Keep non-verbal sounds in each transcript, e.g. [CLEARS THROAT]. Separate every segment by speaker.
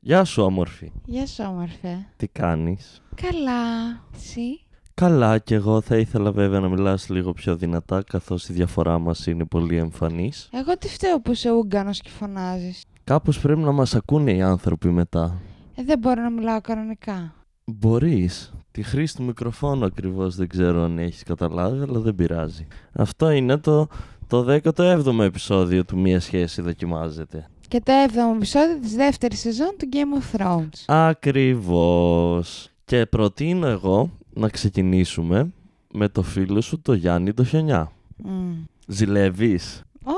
Speaker 1: Γεια σου, όμορφη.
Speaker 2: Γεια σου, όμορφε.
Speaker 1: Τι κάνεις.
Speaker 2: Καλά. Εσύ.
Speaker 1: Καλά, κι εγώ θα ήθελα βέβαια να μιλάς λίγο πιο δυνατά, καθώς η διαφορά μας είναι πολύ εμφανής.
Speaker 2: Εγώ τι φταίω που είσαι Ούγγανο και φωνάζεις.
Speaker 1: Κάπως πρέπει να μας ακούνε οι άνθρωποι μετά.
Speaker 2: Ε, δεν μπορώ να μιλάω κανονικά.
Speaker 1: Μπορείς. Τη χρήση του μικροφόνου ακριβώς δεν ξέρω αν έχεις καταλάβει, αλλά δεν πειράζει. Αυτό είναι το, το 17ο επεισόδιο του Μία Σχέση Δοκιμάζεται.
Speaker 2: Και το 7ο επεισόδιο της δεύτερης σεζόν του Game of Thrones.
Speaker 1: Ακριβώς. Και προτείνω εγώ να ξεκινήσουμε με το φίλο σου, το Γιάννη το Χιονιά.
Speaker 2: Μμμ.
Speaker 1: Ζηλεύεις.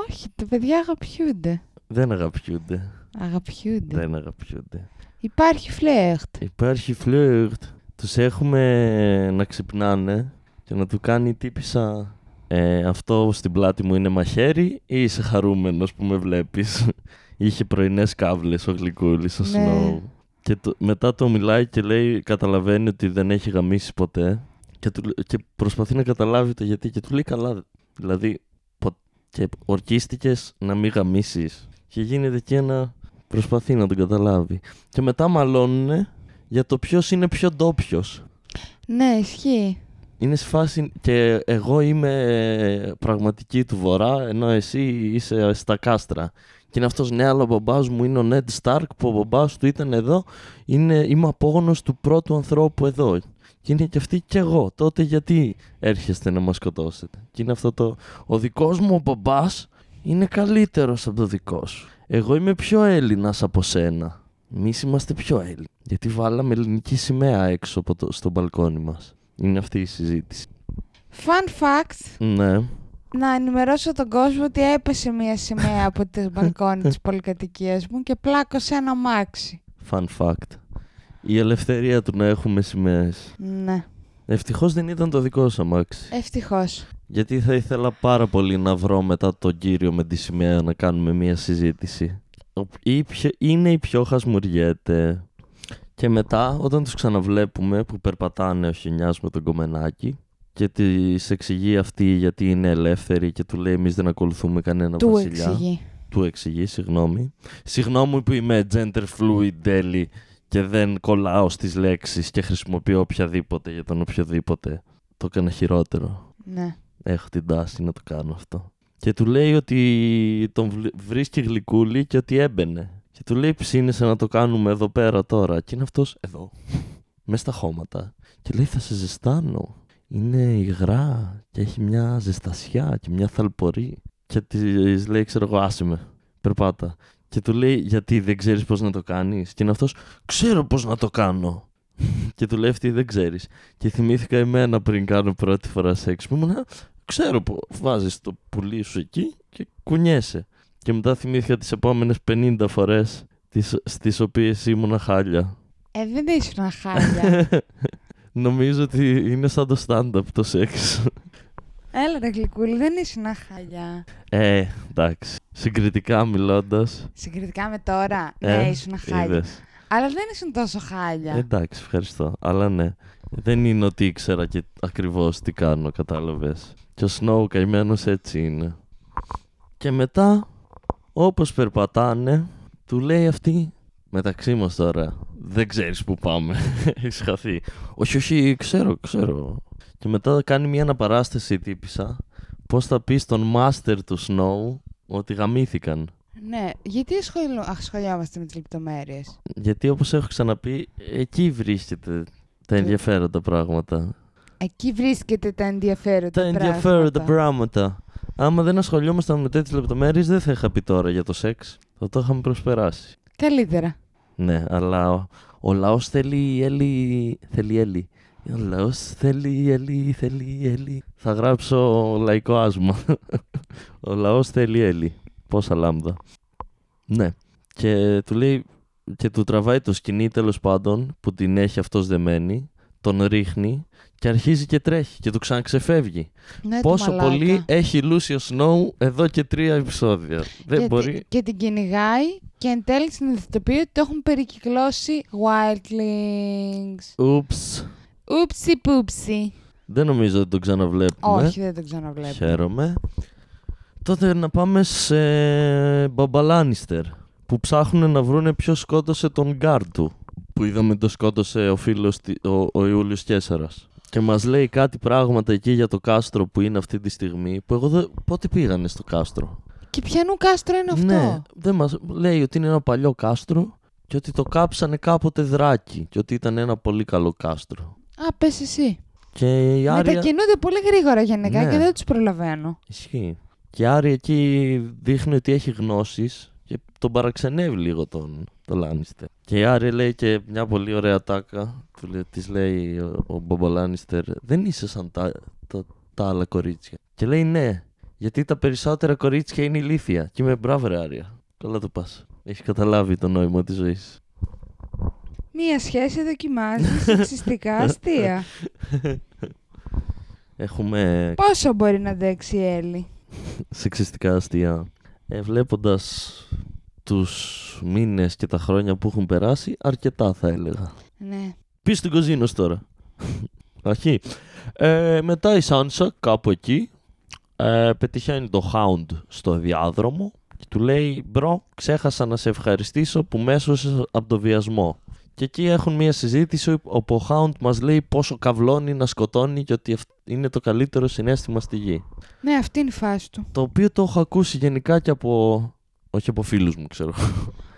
Speaker 2: Όχι, τα παιδιά αγαπιούνται.
Speaker 1: Δεν αγαπιούνται.
Speaker 2: Ναι. Αγαπιούνται.
Speaker 1: Δεν αγαπιούνται.
Speaker 2: Υπάρχει φλερτ.
Speaker 1: Υπάρχει φλερτ. Τους έχουμε να ξυπνάνε και να του κάνει η τύπησα ε, αυτό στην πλάτη μου είναι μαχαίρι ή είσαι χαρούμενος που με βλέπεις. [LAUGHS] Είχε πρωινές κάβλες ο Γλυκούλης ο
Speaker 2: Ναι.
Speaker 1: Snow. Και το- μετά το μιλάει και λέει καταλαβαίνει ότι δεν έχει γαμίσει ποτέ και, του λέ- και προσπαθεί να καταλάβει το γιατί και του λέει καλά. Δηλαδή πο- και ορκίστηκες να μην γαμίσεις και γίνεται και ένα προσπαθεί να τον καταλάβει. Και μετά μαλώνουνε για το ποιος είναι πιο ντόπιος.
Speaker 2: Ναι, ισχύει.
Speaker 1: Είναι σε φάση και εγώ είμαι ε, πραγματική του βορρά, ενώ εσύ είσαι στα κάστρα. Και είναι αυτός, ναι, αλλά ο μπαμπάς μου είναι ο Ned Stark, που ο μπαμπάς του ήταν εδώ, είναι, είμαι απόγονος του πρώτου ανθρώπου εδώ. Και είναι και αυτή και εγώ. Τότε γιατί έρχεστε να μας σκοτώσετε. Και είναι αυτό το, ο δικός μου ο μπαμπάς είναι καλύτερος από το δικό σου. Εγώ είμαι πιο Έλληνας από σένα. Εμείς είμαστε πιο Έλληνες. Γιατί βάλαμε ελληνική σημαία έξω από το, στο μπαλκόνι μας. Είναι αυτή η συζήτηση.
Speaker 2: Fun fact,
Speaker 1: Ναι.
Speaker 2: να ενημερώσω τον κόσμο ότι έπεσε μια σημαία από το μπαλκόνι της πολυκατοικίας μου και πλάκωσε ένα μάξι.
Speaker 1: Fun fact. Η ελευθερία του να έχουμε σημαίες.
Speaker 2: Ναι,
Speaker 1: Ευτυχώς δεν ήταν το δικό σου αμάξι.
Speaker 2: Ε. ευτυχώς.
Speaker 1: Γιατί θα ήθελα πάρα πολύ να βρω μετά τον κύριο με τη σημαία να κάνουμε μία συζήτηση. Ο- ή ποιο- είναι η πιο χασμουριέται. Και μετά όταν τους ξαναβλέπουμε που περπατάνε ο Χινιάς με τον Κομμενάκη και της εξηγεί αυτή γιατί είναι ελεύθερη και του λέει εμείς δεν ακολουθούμε κανένα
Speaker 2: Του
Speaker 1: βασιλιά.
Speaker 2: εξηγεί.
Speaker 1: Του εξηγεί, συγγνώμη. Συγγνώμη που είμαι gender fluid τέλει και δεν κολλάω στις λέξεις και χρησιμοποιώ οποιαδήποτε για τον οποιοδήποτε. Το έκανα χειρότερο.
Speaker 2: Ναι.
Speaker 1: Έχω την τάση να το κάνω αυτό. Και του λέει ότι τον βλ- βρίσκει γλυκούλη και ότι έμπαινε. Και του λέει ψήνεσαι να το κάνουμε εδώ πέρα τώρα. Και είναι αυτός εδώ, [LAUGHS] μέσα στα χώματα. Και λέει θα σε ζεστάνω. Είναι υγρά και έχει μια ζεστασιά και μια θαλπορή. Και της λέει ξέρω εγώ άσε με, περπάτα. Και του λέει γιατί δεν ξέρεις πώς να το κάνεις. Και είναι αυτός ξέρω πώς να το κάνω. [LAUGHS] και του λέει αυτή δεν ξέρεις. Και θυμήθηκα εμένα πριν κάνω πρώτη φορά σεξ που ήμουν ξέρω που βάζεις το πουλί σου εκεί και κουνιέσαι. Και μετά θυμήθηκα τις επόμενες 50 φορές τις, στις οποίες ήμουνα χάλια.
Speaker 2: Ε, δεν ήσουν
Speaker 1: [LAUGHS]
Speaker 2: χάλια.
Speaker 1: Νομίζω ότι είναι σαν το stand-up το σεξ.
Speaker 2: Έλα ρε γλυκούλη, δεν ήσουν χάλια.
Speaker 1: Ε, εντάξει. Συγκριτικά μιλώντας,
Speaker 2: Συγκριτικά με τώρα,
Speaker 1: Ε,
Speaker 2: ναι, ήσουν χάλια.
Speaker 1: είδες.
Speaker 2: Αλλά δεν ήσουν τόσο χάλια.
Speaker 1: Εντάξει, ευχαριστώ. Αλλά ναι, δεν είναι ότι ήξερα και ακριβώς τι κάνω, κατάλαβες. Και ο Snow καημένος έτσι είναι. Και μετά, όπως περπατάνε, του λέει αυτή, μεταξύ μας τώρα, δεν ξέρεις που πάμε, [LAUGHS] έχεις χαθεί. Όχι, όχι, ξέρω, ξέρω. Και μετά κάνει μια αναπαράσταση η τύπησα, πώς θα πεις στον μάστερ του Snow ότι γαμήθηκαν.
Speaker 2: Ναι, γιατί ασχολου... ασχολιόμαστε με τις λεπτομέρειες.
Speaker 1: Γιατί όπως έχω ξαναπεί, εκεί βρίσκεται τα
Speaker 2: Και-
Speaker 1: ενδιαφέροντα πράγματα.
Speaker 2: Εκεί βρίσκεται τα ενδιαφέροντα
Speaker 1: Τα ενδιαφέροντα
Speaker 2: πράγματα.
Speaker 1: πράγματα. Άμα δεν ασχολιόμασταν με τέτοιες λεπτομέρειες, δεν θα είχα πει τώρα για το σεξ. Θα το είχαμε προσπεράσει.
Speaker 2: Καλύτερα.
Speaker 1: Ναι, αλλά ο, ο λαός θέλει η Έλλη. Θέλει η Έλλη. Ο λαός θέλει η Έλλη, θέλει η Έλλη. Θα γράψω λαϊκό άσμα. [LAUGHS] ο λαός θέλει η Έλλη. Πόσα λάμδα. Ναι. Και του λέει. Και του τραβάει το σκηνή τέλος πάντων που την έχει αυτός δεμένη. Τον ρίχνει και αρχίζει και τρέχει και του ξαναξεφεύγει.
Speaker 2: Ναι, του
Speaker 1: Πόσο
Speaker 2: μαλάκα.
Speaker 1: πολύ ε, έχει Λούσιο Σνόου εδώ και τρία επεισόδια. Δεν
Speaker 2: και,
Speaker 1: μπορεί.
Speaker 2: τη- και την κυνηγάει και εν τέλει συνειδητοποιεί ότι το έχουν περικυκλώσει wildlings.
Speaker 1: Ούψ.
Speaker 2: Ούψι πούψι.
Speaker 1: Δεν νομίζω ότι τον ξαναβλέπουμε.
Speaker 2: Όχι, δεν το ξαναβλέπω.
Speaker 1: Χαίρομαι. Τότε να πάμε σε Μπαμπαλάνιστερ. που ψάχνουν να βρούνε ποιος σκότωσε τον γκάρ του. Που είδαμε το σκότωσε ο φίλος, τη- ο, ο Ιούλιος Κέσσαρας. Και μας λέει κάτι πράγματα εκεί για το κάστρο που είναι αυτή τη στιγμή, που εγώ δεν... Πότε πήγανε στο κάστρο.
Speaker 2: Και ποιανού κάστρο είναι αυτό.
Speaker 1: Ναι, δεν μας λέει ότι είναι ένα παλιό κάστρο και ότι το κάψανε κάποτε δράκι και ότι ήταν ένα πολύ καλό κάστρο.
Speaker 2: Α, πες εσύ.
Speaker 1: Και η Άρια...
Speaker 2: Μετακινούνται πολύ γρήγορα γενικά
Speaker 1: Ναι.
Speaker 2: και δεν τους προλαβαίνω.
Speaker 1: Ισχύει. Και η Άρια εκεί δείχνει ότι έχει γνώσεις και τον παραξενεύει λίγο τον, τον Λάνιστερ. Και η Άρια λέει και μια πολύ ωραία τάκα. Του λέ- της λέει ο, ο Μπομπο Λάνιστερ δεν είσαι σαν τα, τα, τα άλλα κορίτσια. Και λέει ναι, γιατί τα περισσότερα κορίτσια είναι ηλίθια. Και είμαι μπράβο ρε Άρια. Καλά το πας. Έχεις καταλάβει το νόημα της ζωής.
Speaker 2: Μία σχέση
Speaker 1: [LAUGHS]
Speaker 2: δοκιμάζεις σεξιστικά αστεία.
Speaker 1: Έχουμε
Speaker 2: Πόσο μπορεί να αντέξει η Έλλη.
Speaker 1: σεξιστικά αστεία. Ε, βλέποντας τους μήνες και τα χρόνια που έχουν περάσει, αρκετά θα έλεγα.
Speaker 2: Ναι.
Speaker 1: Πίσω στην κοζίνο τώρα. Αρχή. Ε, μετά η Σάνσα κάπου εκεί ε, πετυχαίνει το Hound στο διάδρομο και του λέει «Μπρο, ξέχασα να σε ευχαριστήσω που μέσωσες από το βιασμό». Και εκεί έχουν μια συζήτηση όπου ο Hound μας λέει πόσο καυλώνει να σκοτώνει και ότι αυ- είναι το καλύτερο συνέστημα στη γη.
Speaker 2: Ναι, αυτή είναι η φάση του.
Speaker 1: Το οποίο το έχω ακούσει γενικά και από... Όχι από φίλους μου, ξέρω.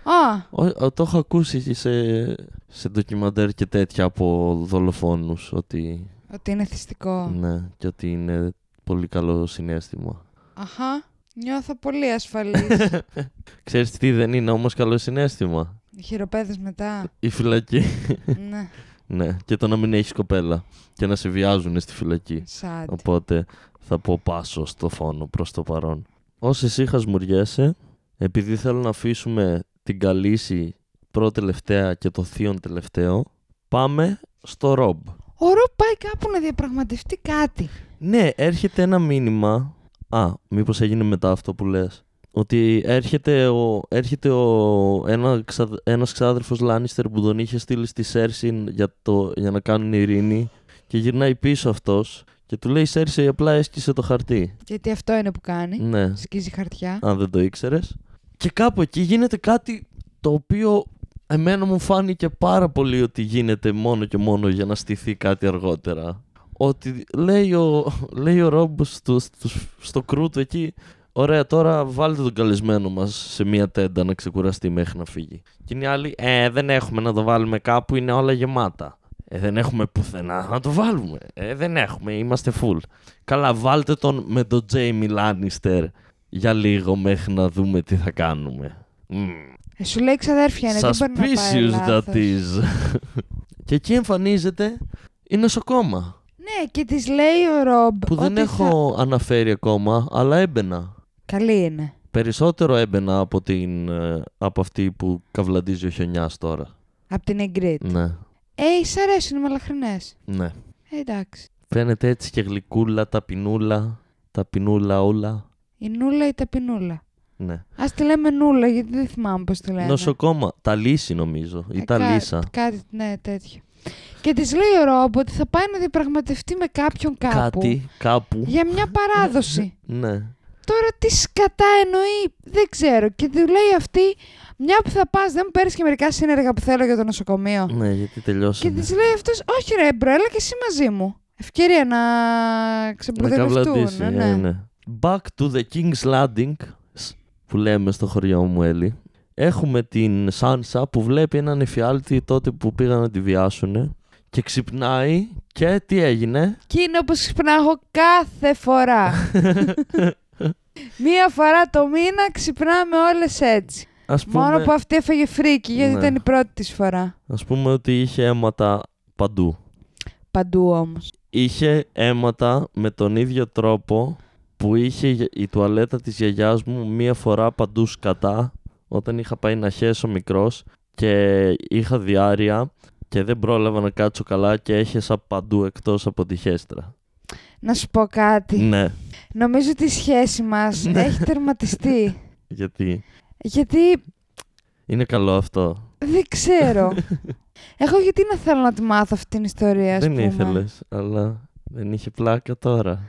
Speaker 2: Α,
Speaker 1: Ό, ε, το έχω ακούσει και σε, σε ντοκιμαντέρ και τέτοια από δολοφόνους ότι
Speaker 2: ότι είναι θυστικό.
Speaker 1: ναι, και ότι είναι πολύ καλό συνέστημα. [LAUGHS]
Speaker 2: Αχα, νιώθω πολύ ασφαλής.
Speaker 1: Ξέρεις τι δεν είναι όμως καλό συνέστημα.
Speaker 2: Οι Χειροπέδες μετά.
Speaker 1: Η φυλακή.
Speaker 2: ναι,
Speaker 1: ναι, και το να μην έχεις κοπέλα και να σε βιάζουν στη φυλακή.
Speaker 2: σαντ.
Speaker 1: Οπότε θα πω πάσο στο φόνο προς το παρόν. Όσες είχας σμουριέσαι, επειδή θέλω να αφήσουμε την καλύση προτελευταία και το θείον τελευταίο, πάμε στο Ρομπ.
Speaker 2: Ο Ρο πάει κάπου να διαπραγματευτεί κάτι.
Speaker 1: Ναι, έρχεται ένα μήνυμα. Α, μήπως έγινε μετά αυτό που λες. Ότι έρχεται, ο, έρχεται ο, ένα, ξα- ένας ξάδερφος Λάνιστερ που τον είχε στείλει στη Σέρσιν για, το, για να κάνουν ειρήνη και γυρνάει πίσω αυτός και του λέει «Η Σέρσι απλά έσκησε το χαρτί.
Speaker 2: Γιατί αυτό είναι που κάνει.
Speaker 1: Ναι,
Speaker 2: Σκίζει χαρτιά.
Speaker 1: αν δεν το ήξερες. Και κάπου εκεί γίνεται κάτι το οποίο εμένα μου φάνηκε πάρα πολύ ότι γίνεται μόνο και μόνο για να στηθεί κάτι αργότερα. Ότι λέει ο, λέει ο Ρόμπ στο, στο, στο κρού του εκεί Ωραία, τώρα βάλτε τον καλεσμένο μας σε μια τέντα να ξεκουραστεί μέχρι να φύγει. Και είναι οι άλλοι, Ε, δεν έχουμε να το βάλουμε κάπου, είναι όλα γεμάτα. Ε, δεν έχουμε πουθενά να το βάλουμε. Ε, δεν έχουμε, είμαστε full. Καλά, βάλτε τον με τον Τζέιμι Λάνιστερ για λίγο μέχρι να δούμε τι θα κάνουμε. Mm.
Speaker 2: Ε, Σου λέει ξαδέρφια είναι, δεν μπορεί να πάει
Speaker 1: Suspicious that
Speaker 2: λάθος.
Speaker 1: is. [LAUGHS] και εκεί εμφανίζεται η νοσοκόμα.
Speaker 2: Ναι, και της λέει ο Ρομπ.
Speaker 1: Που δεν
Speaker 2: ότι θα-
Speaker 1: έχω αναφέρει ακόμα, αλλά έμπαινα.
Speaker 2: Καλή είναι.
Speaker 1: Περισσότερο έμπαινα από, την, ε, από αυτή που καυλαντίζει ο χιονιάς τώρα.
Speaker 2: Απ' την Εγκρίτ.
Speaker 1: Ναι,
Speaker 2: Ε, σ' αρέσουν οι μαλαχρινές.
Speaker 1: ναι.
Speaker 2: Ε, εντάξει.
Speaker 1: Φαίνεται έτσι και γλυκούλα, ταπεινούλα, ταπεινούλα όλα.
Speaker 2: Η νούλα ή ταπεινούλα.
Speaker 1: Ναι.
Speaker 2: Ας τη λέμε νούλα, γιατί δεν θυμάμαι πώς τη λένε.
Speaker 1: Νοσοκόμα. Τα λύση νομίζω.
Speaker 2: Ε,
Speaker 1: Ή τα
Speaker 2: κά-
Speaker 1: λύσα.
Speaker 2: Κάτι, ναι, τέτοιο. Και της λέει ο Ρόμπ ότι θα πάει να διαπραγματευτεί με κάποιον κάπου.
Speaker 1: Κάτι, κάπου.
Speaker 2: Για μια παράδοση.
Speaker 1: Ναι.
Speaker 2: Τώρα τι σκατά εννοεί, δεν ξέρω. Και του λέει αυτή, μια που θα πας, δεν μου παίρνεις και μερικά σύνεργα που θέλω για το νοσοκομείο.
Speaker 1: Ναι, γιατί
Speaker 2: Και
Speaker 1: τελειώσαμε.
Speaker 2: της λέει αυτός, Όχι, ρε, μπρο, έλα και εσύ μαζί μου. Ευκαιρία να
Speaker 1: Να καυλαντήσει.
Speaker 2: ξεμπλουτευτούν.
Speaker 1: ε, ναι. Back to the King's Landing, σ- που λέμε στο χωριό μου, Έλλη. Έχουμε την Σάνσα που βλέπει έναν εφιάλτη τότε που πήγαν να τη βιάσουνε και ξυπνάει και τι
Speaker 2: [LAUGHS]
Speaker 1: έγινε.
Speaker 2: Και είναι όπως ξυπνάω κάθε
Speaker 1: [LAUGHS]
Speaker 2: φορά. Μία φορά το μήνα ξυπνάμε όλες έτσι.
Speaker 1: Ας
Speaker 2: Μόνο
Speaker 1: πούμε,
Speaker 2: που αυτή έφεγε φρίκι γιατί
Speaker 1: Ναι.
Speaker 2: ήταν η πρώτη της φορά.
Speaker 1: ας πούμε ότι είχε αίματα παντού.
Speaker 2: Παντού όμως.
Speaker 1: Είχε αίματα με τον ίδιο τρόπο που είχε η- η τουαλέτα της γιαγιάς μου μία φορά παντού σκατά όταν είχα πάει να χέσω μικρός και είχα διάρρεια και δεν πρόλαβα να κάτσω καλά και έχεσα παντού εκτός από τη χέστρα.
Speaker 2: Να σου πω κάτι.
Speaker 1: ναι,
Speaker 2: Νομίζω ότι η σχέση μας έχει τερματιστεί.
Speaker 1: γιατί
Speaker 2: γιατί
Speaker 1: είναι καλό αυτό.
Speaker 2: δεν
Speaker 1: [LAUGHS]
Speaker 2: ξέρω. Εγώ γιατί να θέλω να τη μάθω αυτή την ιστορία, Ε, ας
Speaker 1: δεν
Speaker 2: πούμε.
Speaker 1: ήθελες, αλλά δεν είχε πλάκα τώρα.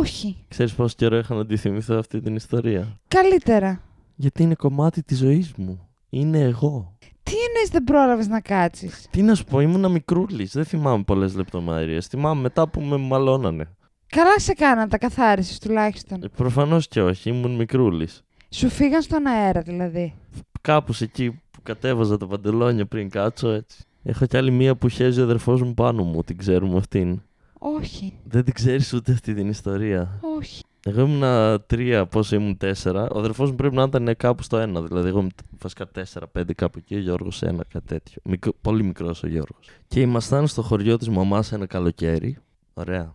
Speaker 2: Όχι.
Speaker 1: Ξέρεις πόσο καιρό είχα να τη θυμηθώ αυτή την ιστορία.
Speaker 2: Καλύτερα.
Speaker 1: Γιατί είναι κομμάτι της ζωής μου. Είναι εγώ.
Speaker 2: Τι εννοείς δεν πρόλαβες να κάτσεις.
Speaker 1: Τι να σου πω, ήμουν μικρούλης. Δεν θυμάμαι πολλές λεπτομέρειες. Θυμάμαι μετά που με μαλώνανε.
Speaker 2: Καλά σε κάναν, τα καθάρισες τουλάχιστον.
Speaker 1: Ε, Προφανώς και όχι, ήμουν μικρούλης.
Speaker 2: Σου φύγαν στον αέρα δηλαδή.
Speaker 1: Κάπως εκεί που κατέβαζα τα παντελόνια πριν κάτσω έτσι. Έχω κι άλλη μία που χέζει ο αδερφός μου πάνω μου. Την ξέρουμε αυτήν.
Speaker 2: Όχι,
Speaker 1: Δεν την ξέρεις ούτε αυτή την ιστορία.
Speaker 2: όχι.
Speaker 1: Εγώ ήμουν τρία, πόσο ήμουν τέσσερα. Ο αδερφός μου πρέπει να ήταν κάπου στο ένα. Δηλαδή, εγώ ήμουν βασικά τέσσερα, πέντε κάπου εκεί. Ο Γιώργος ένα, κάτι τέτοιο. Μικρο, πολύ μικρός ο Γιώργος. Και ήμασταν στο χωριό της μαμάς ένα καλοκαίρι. Ωραία.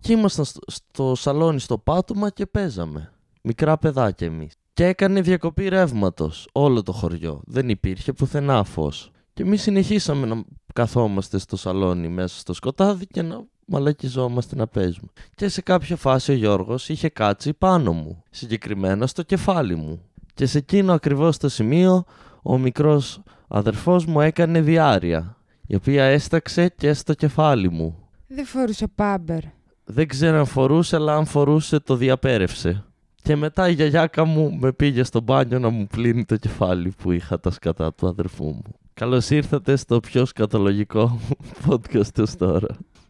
Speaker 1: Και ήμασταν στο, στο σαλόνι στο πάτωμα και παίζαμε. Μικρά παιδάκια εμείς. Και έκανε διακοπή ρεύματος όλο το χωριό. Δεν υπήρχε πουθενά φως. Και εμείς συνεχίσαμε να καθόμαστε στο σαλόνι μέσα στο σκοτάδι και να μαλακιζόμαστε να παίζουμε. Και σε κάποια φάση ο Γιώργος είχε κάτσει πάνω μου, συγκεκριμένα στο κεφάλι μου. Και σε εκείνο ακριβώς το σημείο ο μικρός αδερφός μου έκανε διάρρεια, η οποία έσταξε και στο κεφάλι μου.
Speaker 2: Δεν φορούσε πάμπερ.
Speaker 1: Δεν ξέρω αν φορούσε, αλλά αν φορούσε το διαπέρευσε. Και μετά η γιαγιάκα μου με πήγε στο μπάνιο να μου πλύνει το κεφάλι που είχα τα σκατά του αδερφού μου. Καλώς ήρθατε στο πιο σκατολογικό [LAUGHS] podcast ως τώρα.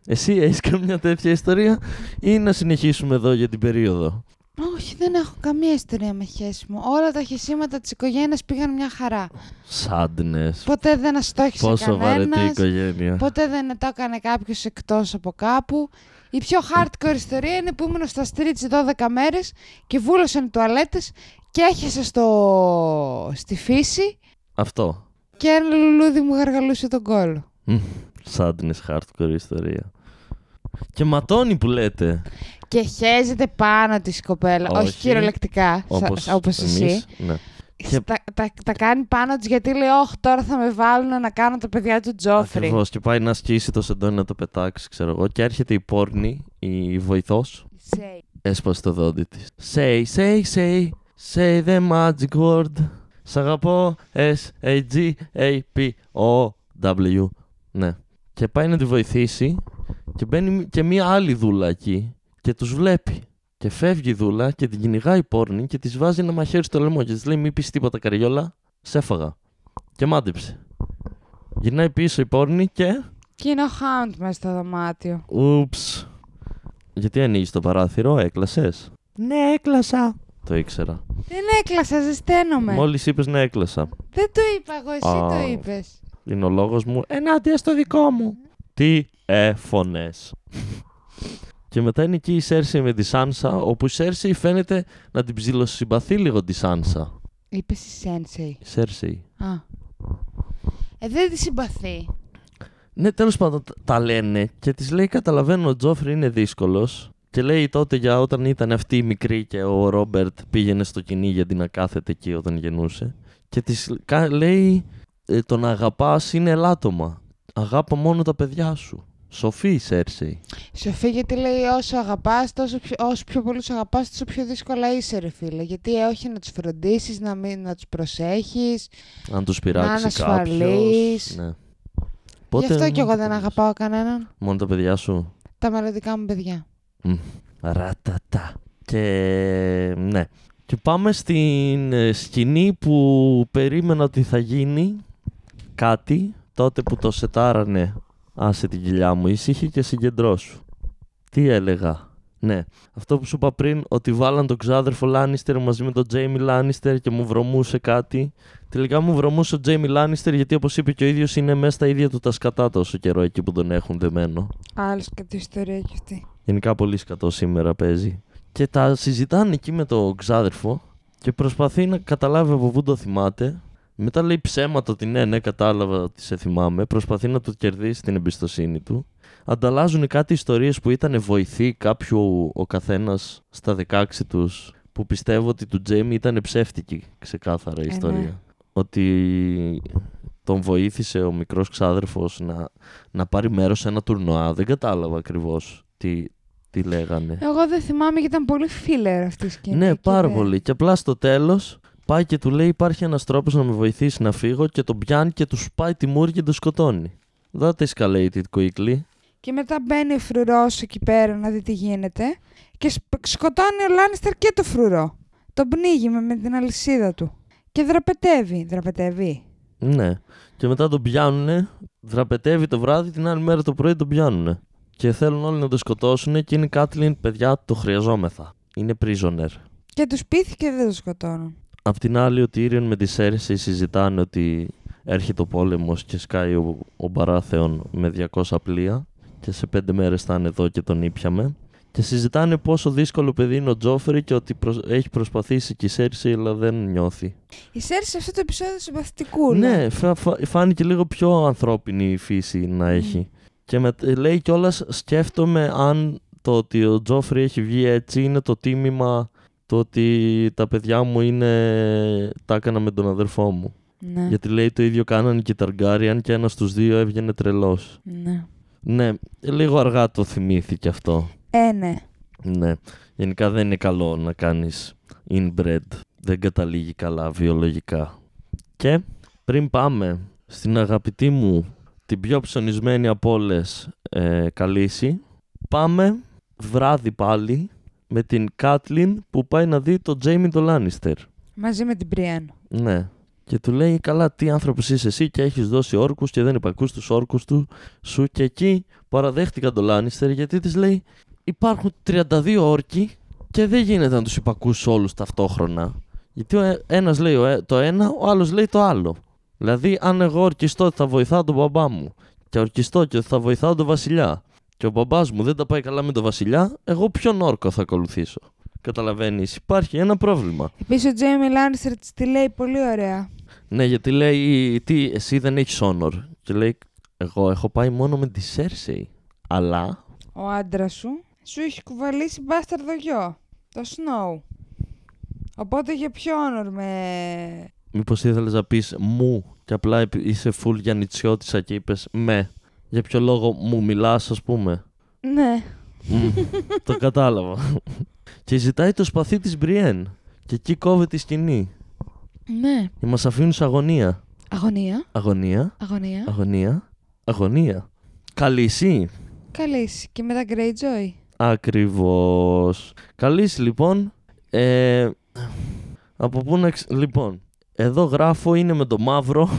Speaker 1: Εσύ έχεις καμιά τέτοια ιστορία ή να συνεχίσουμε εδώ για την περίοδο.
Speaker 2: Όχι, δεν έχω καμία ιστορία με χέσιμο. Όλα τα χεσίματα της οικογένειας πήγαν μια χαρά.
Speaker 1: Σάντνες.
Speaker 2: Ποτέ δεν αστόχησε
Speaker 1: Πόσο βαρετή η
Speaker 2: κανένας,
Speaker 1: οικογένεια.
Speaker 2: Ποτέ δεν το έκανε κάποιος εκτός από κάπου. Η πιο hardcore ιστορία είναι που ήμουν στα streets 12 μέρες και βούλωσαν οι τουαλέτες και έχεσαι στο... στη φύση
Speaker 1: Αυτό.
Speaker 2: και ένα λουλούδι μου γαργαλούσε τον κόλλο.
Speaker 1: Σάντνες hardcore ιστορία. Και ματώνει που λέτε.
Speaker 2: Και χαίζεται πάνω της κοπέλα. Όχι,
Speaker 1: Όχι.
Speaker 2: κυριολεκτικά,
Speaker 1: Όπως,
Speaker 2: όπω εσύ.
Speaker 1: εμείς. Ναι. Και-
Speaker 2: Τα, τα, τα κάνει πάνω της γιατί λέει: Όχι, τώρα θα με βάλουν να κάνω τα παιδιά του Τζόφρι.
Speaker 1: Ακριβώς. Και πάει να σκίσει το σεντόνι να το πετάξει, ξέρω εγώ. Και έρχεται η πόρνη, η βοηθός.
Speaker 2: Say.
Speaker 1: Έσπασε το δόντι της. Say, say, say. Say the magic word. Σ' αγαπώ. S-A-G-A-P-O-W. Ναι. Και πάει να τη βοηθήσει. Και μπαίνει και μία άλλη δούλα εκεί. Και τους βλέπει. Και φεύγει η δούλα και την κυνηγάει η πόρνη και της βάζει ένα μαχαίρι στο λαιμό. Και της λέει: Μην πεις τίποτα, καριόλα. Σε έφαγα. Και μάντεψε. Γυρνάει πίσω η πόρνη και.
Speaker 2: Και είναι ο Χάουντ μέσα στο δωμάτιο.
Speaker 1: Ούψ. Γιατί ανοίγεις το παράθυρο, έκλασες. Ναι, έκλασα. Το ήξερα.
Speaker 2: Δεν έκλασα, ζεσταίνομαι.
Speaker 1: Μόλις είπες να έκλασα.
Speaker 2: Δεν το είπα εγώ, εσύ
Speaker 1: Α.
Speaker 2: το είπες.
Speaker 1: Είναι ο λόγος μου ενάντια στο δικό μου. Τι έφωνε. και μετά είναι εκεί η Σέρση με τη Σάνσα, όπου η Σέρση φαίνεται να την ψηλοσυμπαθεί λίγο τη Σάνσα.
Speaker 2: Είπες η Σένσεϊ.
Speaker 1: Η Σέρση.
Speaker 2: Α. Ε, δεν τη συμπαθεί.
Speaker 1: Ναι, τέλος πάντων τα- τα λένε και της λέει: Καταλαβαίνω, ο Τζόφρι είναι δύσκολος. Και λέει τότε για όταν ήταν αυτή η μικρή και ο Ρόμπερτ πήγαινε στο κυνήγι γιατί να κάθεται εκεί όταν γεννούσε. Και της λέει: «Ε, Το να αγαπάς είναι ελάττωμα. Αγάπα μόνο τα παιδιά σου. Σοφή η Σέρσεϊ.
Speaker 2: Σοφή, γιατί λέει: Όσο αγαπάς, τόσο πιο, όσο πιο πολύ του αγαπάς, τόσο πιο δύσκολα είσαι, ρε φίλε. Γιατί ε, όχι να τους φροντίσεις, να, μην- να τους προσέχεις.
Speaker 1: Αν τους πειράξει
Speaker 2: Να είναι ασφαλής.
Speaker 1: κάποιος. Ναι. Οπότε,
Speaker 2: Γι' αυτό κι
Speaker 1: μόνο
Speaker 2: εγώ
Speaker 1: τα
Speaker 2: δεν
Speaker 1: παιδιά σου.
Speaker 2: αγαπάω κανέναν.
Speaker 1: Μόνο τα παιδιά σου.
Speaker 2: Τα μελλοντικά μου παιδιά.
Speaker 1: Ρατατά. Και ναι. Και πάμε στην ε, σκηνή που περίμενα ότι θα γίνει κάτι τότε που το σετάρανε άσε την κοιλιά μου ήσυχη και συγκεντρώσου. Τι έλεγα. Ναι. Αυτό που σου είπα πριν ότι βάλαν τον ξάδερφο Λάνιστερ μαζί με τον Τζέιμι Λάνιστερ και μου βρωμούσε κάτι. Τελικά μου βρωμούσε ο Τζέιμι Λάνιστερ γιατί όπως είπε και ο ίδιος είναι μέσα στα ίδια του τα σκατά τόσο καιρό εκεί που τον έχουν δεμένο.
Speaker 2: Άλλη κάτι ιστορία κι αυτή.
Speaker 1: Γενικά πολύ σκατό σήμερα παίζει. Και τα συζητάνε εκεί με τον ξάδερφο και προσπαθεί να καταλάβει από πού το θυμάται. Μετά λέει ψέματα ότι ναι, ναι, κατάλαβα ότι σε θυμάμαι. Προσπαθεί να του κερδίσει την εμπιστοσύνη του. Ανταλλάζουν κάτι ιστορίες που ήταν βοηθή κάποιου ο καθένας στα 16 τους που πιστεύω ότι του Τζέιμι ήταν ψεύτικη ξεκάθαρα η
Speaker 2: Ε, ναι.
Speaker 1: ιστορία. Ότι τον βοήθησε ο μικρός ξάδερφος να, να πάρει μέρος σε ένα τουρνουά. Δεν κατάλαβα ακριβώς τι, τι λέγανε.
Speaker 2: Εγώ δεν θυμάμαι γιατί ήταν πολύ φίλερ αυτή η σκηνή.
Speaker 1: ναι,
Speaker 2: και
Speaker 1: πάρα
Speaker 2: δεν-
Speaker 1: πολύ. Και απλά στο τέλος πάει και του λέει υπάρχει ένας τρόπος να με βοηθήσει να φύγω και τον πιάνει και τους σπάει τη μούρη και τον σκοτώνει. That escalated quickly.
Speaker 2: Και μετά μπαίνει ο φρουρός εκεί πέρα να δει τι γίνεται. Και σπ- σκοτώνει ο Λάνιστερ και το φρουρό. Τον πνίγει με, με την αλυσίδα του. Και δραπετεύει, δραπετεύει.
Speaker 1: Ναι. Και μετά τον πιάνουνε, δραπετεύει το βράδυ, την άλλη μέρα το πρωί τον πιάνουνε. Και θέλουν όλοι να το σκοτώσουν και είναι η Κάτλιν, παιδιά, το χρειαζόμεθα. Είναι prisoner.
Speaker 2: Και τους πείθηκε δεν το σκοτώνουν.
Speaker 1: Απ' την άλλη, ότι η Tyrion με τη Σέρση συζητάνε ότι έρχεται ο πόλεμος και σκάει ο, ο Μπαράθεον με 200 πλοία και σε πέντε μέρες θα είναι εδώ και τον ήπιαμε. Και συζητάνε πόσο δύσκολο παιδί είναι ο Τζόφρι και ότι προσ- έχει προσπαθήσει και η Σέρση, αλλά δεν νιώθει.
Speaker 2: Η Σέρση σε αυτό το επεισόδιο συμπαθητικού.
Speaker 1: Ναι, φα- φα- φάνηκε λίγο πιο ανθρώπινη η φύση να έχει. Και με, λέει κιόλας, σκέφτομαι αν το ότι ο Τζόφρι έχει βγει έτσι είναι το τίμημα το ότι τα παιδιά μου είναι. τα έκανα με τον αδερφό μου.
Speaker 2: Ναι.
Speaker 1: Γιατί λέει το ίδιο κάνανε και οι Ταργκάριαν και ένας στους δύο έβγαινε τρελός.
Speaker 2: ναι.
Speaker 1: Ναι, λίγο αργά το θυμήθηκε αυτό.
Speaker 2: Ε, ναι.
Speaker 1: Ναι. Γενικά δεν είναι καλό να κάνεις inbred. Δεν καταλήγει καλά βιολογικά. Και πριν πάμε στην αγαπητή μου την πιο ψωνισμένη από όλες ε, Καλύση, πάμε βράδυ πάλι με την Κάτλιν που πάει να δει τον Τζέιμι τον Λάνιστερ.
Speaker 2: Μαζί με την Μπριέν.
Speaker 1: Ναι. Και του λέει, καλά, τι άνθρωπος είσαι εσύ και έχεις δώσει όρκους και δεν υπακούς τους όρκους του σου και εκεί παραδέχτηκα τον Λάνιστερ γιατί της λέει υπάρχουν 32 όρκοι και δεν γίνεται να τους υπακούς όλους ταυτόχρονα. Γιατί ο ε- ένας λέει ο ε- το ένα, ο άλλος λέει το άλλο. Δηλαδή, αν εγώ ορκιστώ ότι θα βοηθάω τον μπαμπά μου και ορκιστώ και ότι θα βοηθάω τον βασιλιά και ο μπαμπάς μου δεν τα πάει καλά με τον βασιλιά, εγώ ποιον όρκο θα ακολουθήσω. Καταλαβαίνεις, υπάρχει ένα πρόβλημα.
Speaker 2: Επίσης ο Τζέιμι Λάνιστερ της τη λέει πολύ ωραία.
Speaker 1: Ναι, γιατί λέει, τι, εσύ δεν έχεις honor. Και λέει, εγώ έχω πάει μόνο με τη Σέρσεϊ. Αλλά,
Speaker 2: Ο άντρας σου σου έχει κουβαλήσει μπάσταρδο γιο. Το Snow. Οπότε για ε, ποιο honor με.
Speaker 1: μήπως ήθελες να πεις μου και απλά επει- είσαι full γιανιτσιώτησα και είπες με. Για ποιο λόγο μου μιλάς, ας πούμε.
Speaker 2: Ναι.
Speaker 1: Μμ, το κατάλαβα. και ζητάει το σπαθί της Μπριέν. Και εκεί κόβεται η σκηνή.
Speaker 2: Ναι.
Speaker 1: Και μας αφήνουν σε αγωνία.
Speaker 2: Αγωνία.
Speaker 1: Αγωνία,
Speaker 2: Αγωνία.
Speaker 1: αγωνία, αγωνία. Καλύση.
Speaker 2: Καλής. Και μετά Greyjoy.
Speaker 1: Ακριβώς. Καλής λοιπόν. Ε, από πού να... ξε- Λοιπόν, εδώ γράφω είναι με το μαύρο [LAUGHS]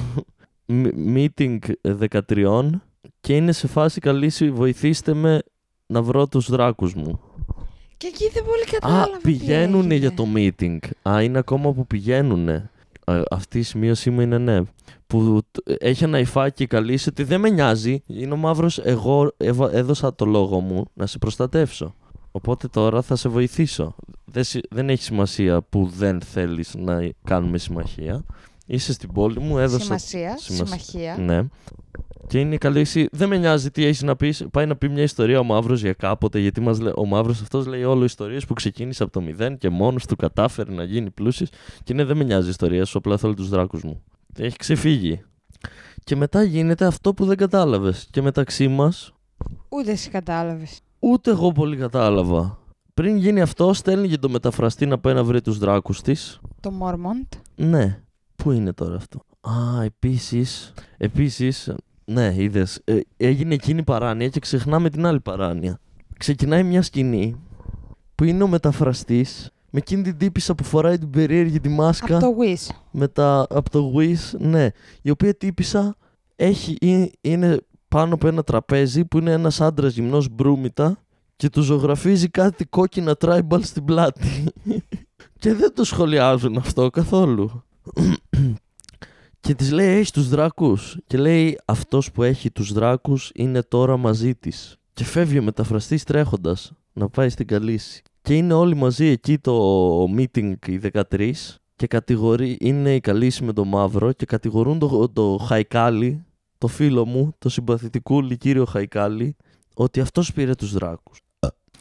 Speaker 1: μ- meeting 13 και είναι σε φάση καλής βοηθήστε με να βρω τους δράκους μου.
Speaker 2: Και εκεί δεν πολύ
Speaker 1: Α,
Speaker 2: κατάλαβα. τι
Speaker 1: πηγαίνουν
Speaker 2: έγινε.
Speaker 1: για το meeting. Α, είναι ακόμα που πηγαίνουνε. Α, αυτή η σημείωσή μου είναι ναι. Που τ- έχει ένα υφάκι καλή ότι δεν με νοιάζει. Είναι ο μαύρος. Εγώ έβα- έδωσα το λόγο μου να σε προστατεύσω. Οπότε τώρα θα σε βοηθήσω. Δεν, συ- δεν έχει σημασία που δεν θέλεις να κάνουμε συμμαχία. Είσαι στην πόλη μου, έδωσα.
Speaker 2: Σημασία,
Speaker 1: Σημασία.
Speaker 2: συμμαχία.
Speaker 1: Ναι. Και είναι η καλή λύση. Δεν με νοιάζει τι έχεις να πεις. Πάει να πει μια ιστορία ο Μαύρος για κάποτε. Γιατί μας λέ- ο Μαύρος αυτός λέει όλο ιστορίες που ξεκίνησε από το μηδέν και μόνος του κατάφερε να γίνει πλούσιος. Και ναι, δεν με νοιάζει η ιστορία σου. Απλά θέλω τους δράκους μου. Έχει ξεφύγει. Και μετά γίνεται αυτό που δεν κατάλαβες. Και μεταξύ μας,
Speaker 2: Ούτε εσύ κατάλαβες.
Speaker 1: ούτε εγώ πολύ κατάλαβα. Πριν γίνει αυτό, στέλνει και το μεταφραστή να πάει να βρει τους δράκους της.
Speaker 2: Το Mormont.
Speaker 1: Ναι. Πού είναι τώρα αυτό. Α, επίσης, επίσης, ναι, είδες, ε, έγινε εκείνη η παράνοια και ξεχνάμε την άλλη παράνοια. Ξεκινάει μια σκηνή που είναι ο μεταφραστής με εκείνη την τύπησα που φοράει την περίεργη τη μάσκα
Speaker 2: Από το Wish.
Speaker 1: με τα, από το Wish, ναι, η οποία τύπησα έχει, ε, είναι πάνω από ένα τραπέζι που είναι ένας άντρας γυμνός μπρούμητα και του ζωγραφίζει κάτι κόκκινα τράιμπαλ στην πλάτη. [LAUGHS] και δεν το σχολιάζουν αυτό καθόλου. [CLEARS THROAT] και της λέει έχεις τους δράκους και λέει αυτός που έχει τους δράκους είναι τώρα μαζί της. Και φεύγει ο μεταφραστής τρέχοντας να πάει στην Καλύση. Και είναι όλοι μαζί εκεί το meeting οι 13 και κατηγορεί, είναι η Καλύση με το μαύρο και κατηγορούν το, το Χαϊκάλι, το φίλο μου, το συμπαθητικού κύριο Χαϊκάλι, ότι αυτός πήρε τους δράκους.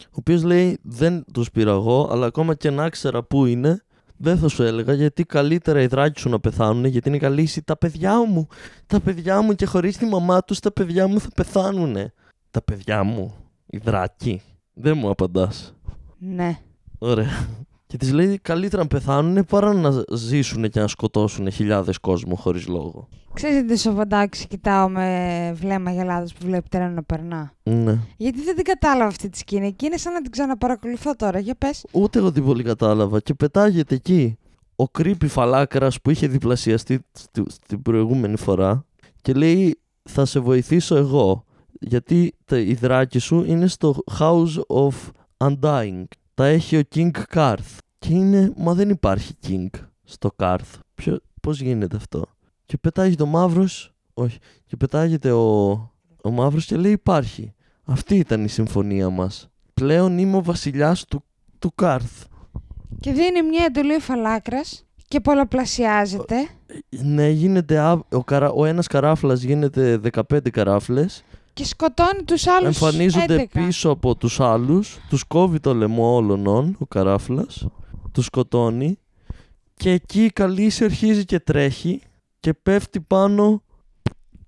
Speaker 1: Ο οποίος λέει δεν τους πήρα εγώ, αλλά ακόμα και να ξέρα πού είναι, δεν θα σου έλεγα γιατί καλύτερα οι δράκοι σου να πεθάνουν, γιατί είναι καλή λύση. Τα παιδιά μου, τα παιδιά μου και χωρίς τη μαμά τους τα παιδιά μου θα πεθάνουνε. Τα παιδιά μου, οι δράκοι. Δεν μου απαντάς.
Speaker 2: Ναι.
Speaker 1: Ωραία. Και της λέει καλύτερα να πεθάνουν παρά να ζήσουν και να σκοτώσουν χιλιάδε κόσμο χωρίς λόγο.
Speaker 2: Ξέρεις τι σοβαντάξει κοιτάω με βλέμμα γελάδος που βλέπει τρένο να περνά.
Speaker 1: Ναι.
Speaker 2: Γιατί δεν την κατάλαβα αυτή τη σκηνή και είναι σαν να την ξαναπαρακολουθώ τώρα. Για πες.
Speaker 1: Ούτε εγώ την πολύ κατάλαβα. Και πετάγεται εκεί ο creepy φαλάκρας που είχε διπλασιαστεί στη- στην προηγούμενη φορά και λέει θα σε βοηθήσω εγώ γιατί τα, η δράκη σου είναι στο House of Undying. Τα έχει ο King Karth. Και είναι, μα δεν υπάρχει King στο Karth. Ποιο, πώς γίνεται αυτό. Και πετάγει το μαύρος, όχι, και πετάγεται ο, ο μαύρος και λέει υπάρχει. Αυτή ήταν η συμφωνία μας. Πλέον είμαι ο βασιλιάς του, του Karth.
Speaker 2: Και δίνει μια εντολή ο φαλάκρας και πολλαπλασιάζεται.
Speaker 1: Ναι, γίνεται α- ο, καρα, ο ένας καράφλας γίνεται 15 καράφλες.
Speaker 2: και σκοτώνει τους άλλους
Speaker 1: εμφανίζονται
Speaker 2: 11.
Speaker 1: πίσω από τους άλλους, τους κόβει το λαιμό όλων ο καράφλας, τους σκοτώνει και εκεί η Καλύση αρχίζει και τρέχει και πέφτει πάνω,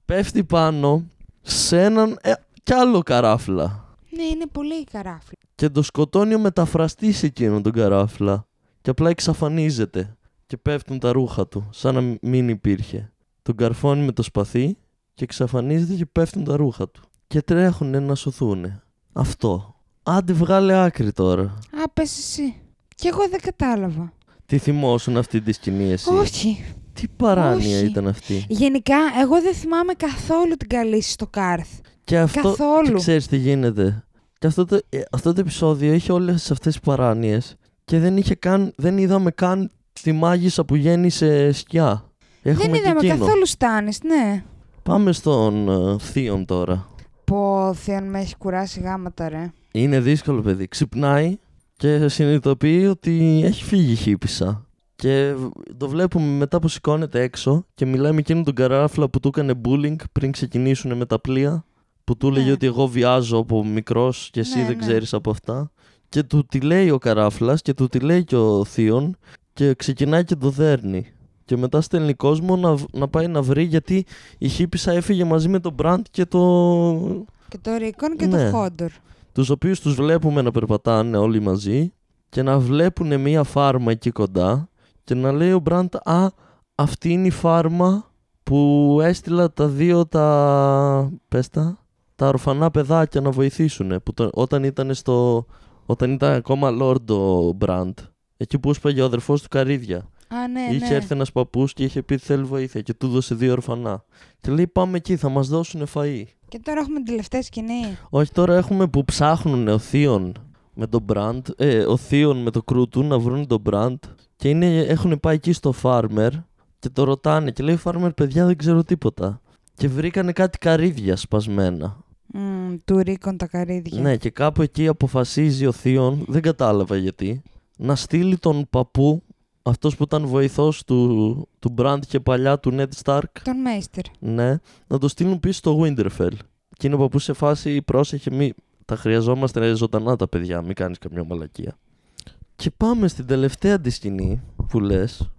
Speaker 1: πέφτει πάνω σε έναν ε, κι άλλο καράφλα
Speaker 2: Ναι, είναι πολύ η καράφλη.
Speaker 1: και το σκοτώνει ο μεταφραστής εκείνον τον καράφλα και απλά εξαφανίζεται και πέφτουν τα ρούχα του σαν να μην υπήρχε. Τον καρφώνει με το σπαθί και εξαφανίζεται και πέφτουν τα ρούχα του και τρέχουνε να σωθούνε. Αυτό. Άντε βγάλε άκρη τώρα.
Speaker 2: Α, πες εσύ. Κι εγώ δεν κατάλαβα.
Speaker 1: Τι θυμόσουν αυτή τη σκηνή εσύ.
Speaker 2: Όχι.
Speaker 1: Τι παράνοια
Speaker 2: όχι.
Speaker 1: ήταν αυτή.
Speaker 2: Γενικά, εγώ δεν θυμάμαι καθόλου την καλύση στο Κάρθ.
Speaker 1: Και αυτό
Speaker 2: Καθόλου.
Speaker 1: Και ξέρεις τι γίνεται. Και αυτό το, ε, αυτό το επεισόδιο είχε όλες αυτές τις παράνοιες και δεν, είχε καν, δεν είδαμε καν τη μάγισσα που γέννησε σκιά. Έχουμε
Speaker 2: δεν
Speaker 1: και
Speaker 2: είδαμε
Speaker 1: εκείνο.
Speaker 2: καθόλου Στάνης, ναι.
Speaker 1: Πάμε στον ε, Θείον τώρα.
Speaker 2: Πω, Θεόν, με έχει κουράσει γάματα, ρε.
Speaker 1: Είναι δύσκολο παιδί. Ξυπνάει και συνειδητοποιεί ότι έχει φύγει η χύπησα. Και το βλέπουμε μετά που σηκώνεται έξω και μιλάει με εκείνον τον καράφλα που του έκανε bullying πριν ξεκινήσουν με τα πλοία. Που του έλεγε
Speaker 2: Ναι.
Speaker 1: ότι εγώ βιάζω από μικρός και εσύ
Speaker 2: Ναι,
Speaker 1: δεν
Speaker 2: ναι.
Speaker 1: ξέρεις από αυτά. Και του τη λέει ο καράφλας και του τη λέει και ο Θείον και ξεκινάει και το δέρνει. Και μετά στέλνει κόσμο να, β- να πάει να βρει γιατί η χύπησα έφυγε μαζί με τον Μπραντ και το
Speaker 2: Και το Ρίκον και
Speaker 1: Ναι.
Speaker 2: το Χόντορ.
Speaker 1: τους οποίους τους βλέπουμε να περπατάνε όλοι μαζί και να βλέπουν μία φάρμα εκεί κοντά και να λέει ο Μπραντ «Α, αυτή είναι η φάρμα που έστειλα τα δύο τα... πες τα... τα ορφανά παιδάκια να βοηθήσουν που το- όταν ήταν στο... όταν ήταν ακόμα λόρντο ο Μπραντ εκεί που σπαγε ο αδερφός του Καρύδια
Speaker 2: Α, ναι,
Speaker 1: είχε
Speaker 2: ναι.
Speaker 1: έρθει ένας παππούς και είχε πει θέλει βοήθεια και του δώσε δύο ορφανά και λέει πάμε εκεί θα μας δώσουν φαΐ
Speaker 2: Και τώρα έχουμε την τελευταία σκηνή.
Speaker 1: όχι, τώρα έχουμε που ψάχνουν ο Θείον με τον Μπραντ, ε, ο Θείον με το κρού του να βρουν τον Μπραντ και είναι, έχουν πάει εκεί στο Farmer και το ρωτάνε και λέει Farmer παιδιά δεν ξέρω τίποτα. Και βρήκανε κάτι καρύδια σπασμένα.
Speaker 2: Μμμ, του Ρίκον τα καρύδια.
Speaker 1: Ναι, και κάπου εκεί αποφασίζει ο Θείον, δεν κατάλαβα γιατί, να στείλει τον παππού, αυτός που ήταν βοηθός του, του Μπραντ και παλιά του Ned Stark,
Speaker 2: Τον Μέιστερ.
Speaker 1: ναι, να το στείλουν πίσω στο Winterfell. Και είναι ο παππούς σε φάση πρόσεχε μη... Τα χρειαζόμαστε ζωντανά τα παιδιά, μην κάνεις καμιά μαλακία. Και πάμε στην τελευταία της σκηνή που λες.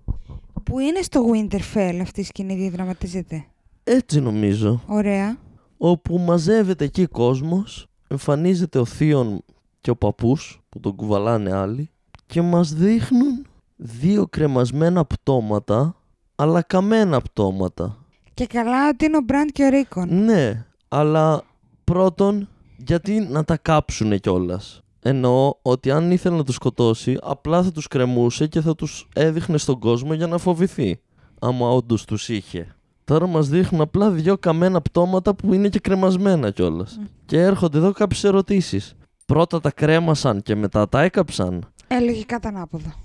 Speaker 2: Που είναι στο Winterfell αυτή η σκηνή διαδραματίζεται.
Speaker 1: Έτσι νομίζω.
Speaker 2: Ωραία.
Speaker 1: Όπου μαζεύεται εκεί κόσμος, εμφανίζεται ο Θείον και ο παππούς που τον κουβαλάνε άλλοι και μας δείχνουν δύο κρεμασμένα πτώματα, αλλά καμένα πτώματα.
Speaker 2: Και καλά ότι είναι ο Μπραντ και ο Ρίκον.
Speaker 1: Ναι, αλλά πρώτον, γιατί να τα κάψουνε κιόλας. Εννοώ ότι αν ήθελε να τους σκοτώσει, απλά θα τους κρεμούσε και θα τους έδειχνε στον κόσμο για να φοβηθεί. Άμα όντως τους είχε. Τώρα μας δείχνουν απλά δυο καμένα πτώματα που είναι και κρεμασμένα κιόλας. Και έρχονται εδώ κάποιες ερωτήσεις. Πρώτα τα κρέμασαν και μετά τα έκαψαν.
Speaker 2: Ε, λογικά τα ανάποδα.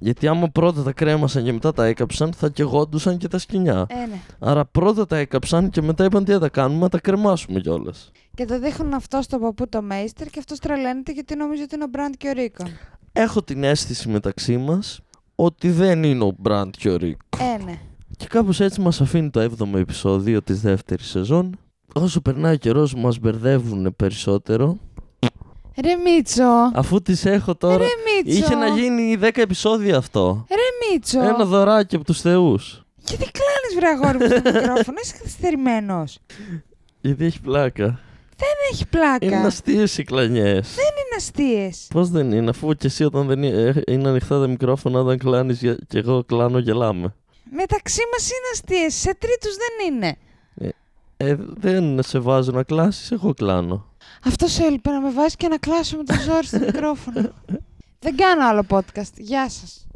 Speaker 1: Γιατί άμα πρώτα τα κρέμασαν και μετά τα έκαψαν, θα κεγόντουσαν και τα σκοινιά.
Speaker 2: Ε, ναι.
Speaker 1: Άρα πρώτα τα έκαψαν και μετά είπαν τι θα τα κάνουμε, να τα κρεμάσουμε κιόλας.
Speaker 2: Και το δείχνουν αυτό στον παππού το Μέιστερ και αυτός τρελαίνεται γιατί νομίζω ότι είναι ο Μπραντ και ο Ρίκον.
Speaker 1: Έχω την αίσθηση μεταξύ μας ότι δεν είναι ο Μπραντ και ο Ρίκ.
Speaker 2: Ε, ναι.
Speaker 1: Και κάπως έτσι μας αφήνει το 7ο επεισόδιο της δεύτερης σεζόν. Όσο περνάει ο καιρός, μας μπερδεύουν περισσότερο.
Speaker 2: Ρε Μίτσο.
Speaker 1: Αφού τις έχω τώρα.
Speaker 2: Ρε Μίτσο.
Speaker 1: Είχε να γίνει 10 επεισόδια αυτό.
Speaker 2: Ρε Μίτσο.
Speaker 1: Ένα δωράκι από τους Θεούς.
Speaker 2: Γιατί κλάνεις βρε αγόρι μου
Speaker 1: [LAUGHS]
Speaker 2: στο μικρόφωνο, είσαι καθυστερημένος.
Speaker 1: Γιατί έχει πλάκα.
Speaker 2: Δεν έχει πλάκα.
Speaker 1: Είναι αστείες οι κλανιές.
Speaker 2: Είναι αστείες.
Speaker 1: Πώς δεν είναι, αφού και εσύ όταν δεν είναι, ε, είναι ανοιχτά τα μικρόφωνα, όταν κλάνεις και εγώ κλάνω, γελάμε.
Speaker 2: Μεταξύ μας είναι αστείες, σε τρίτους δεν είναι.
Speaker 1: Ε, δεν σε βάζω να κλάσεις, εγώ κλάνω.
Speaker 2: Αυτό έλειπε να με βάζει
Speaker 1: [LAUGHS]
Speaker 2: και να κλάσω με το ζόρι στο μικρόφωνο. Δεν κάνω άλλο podcast. Γεια σας.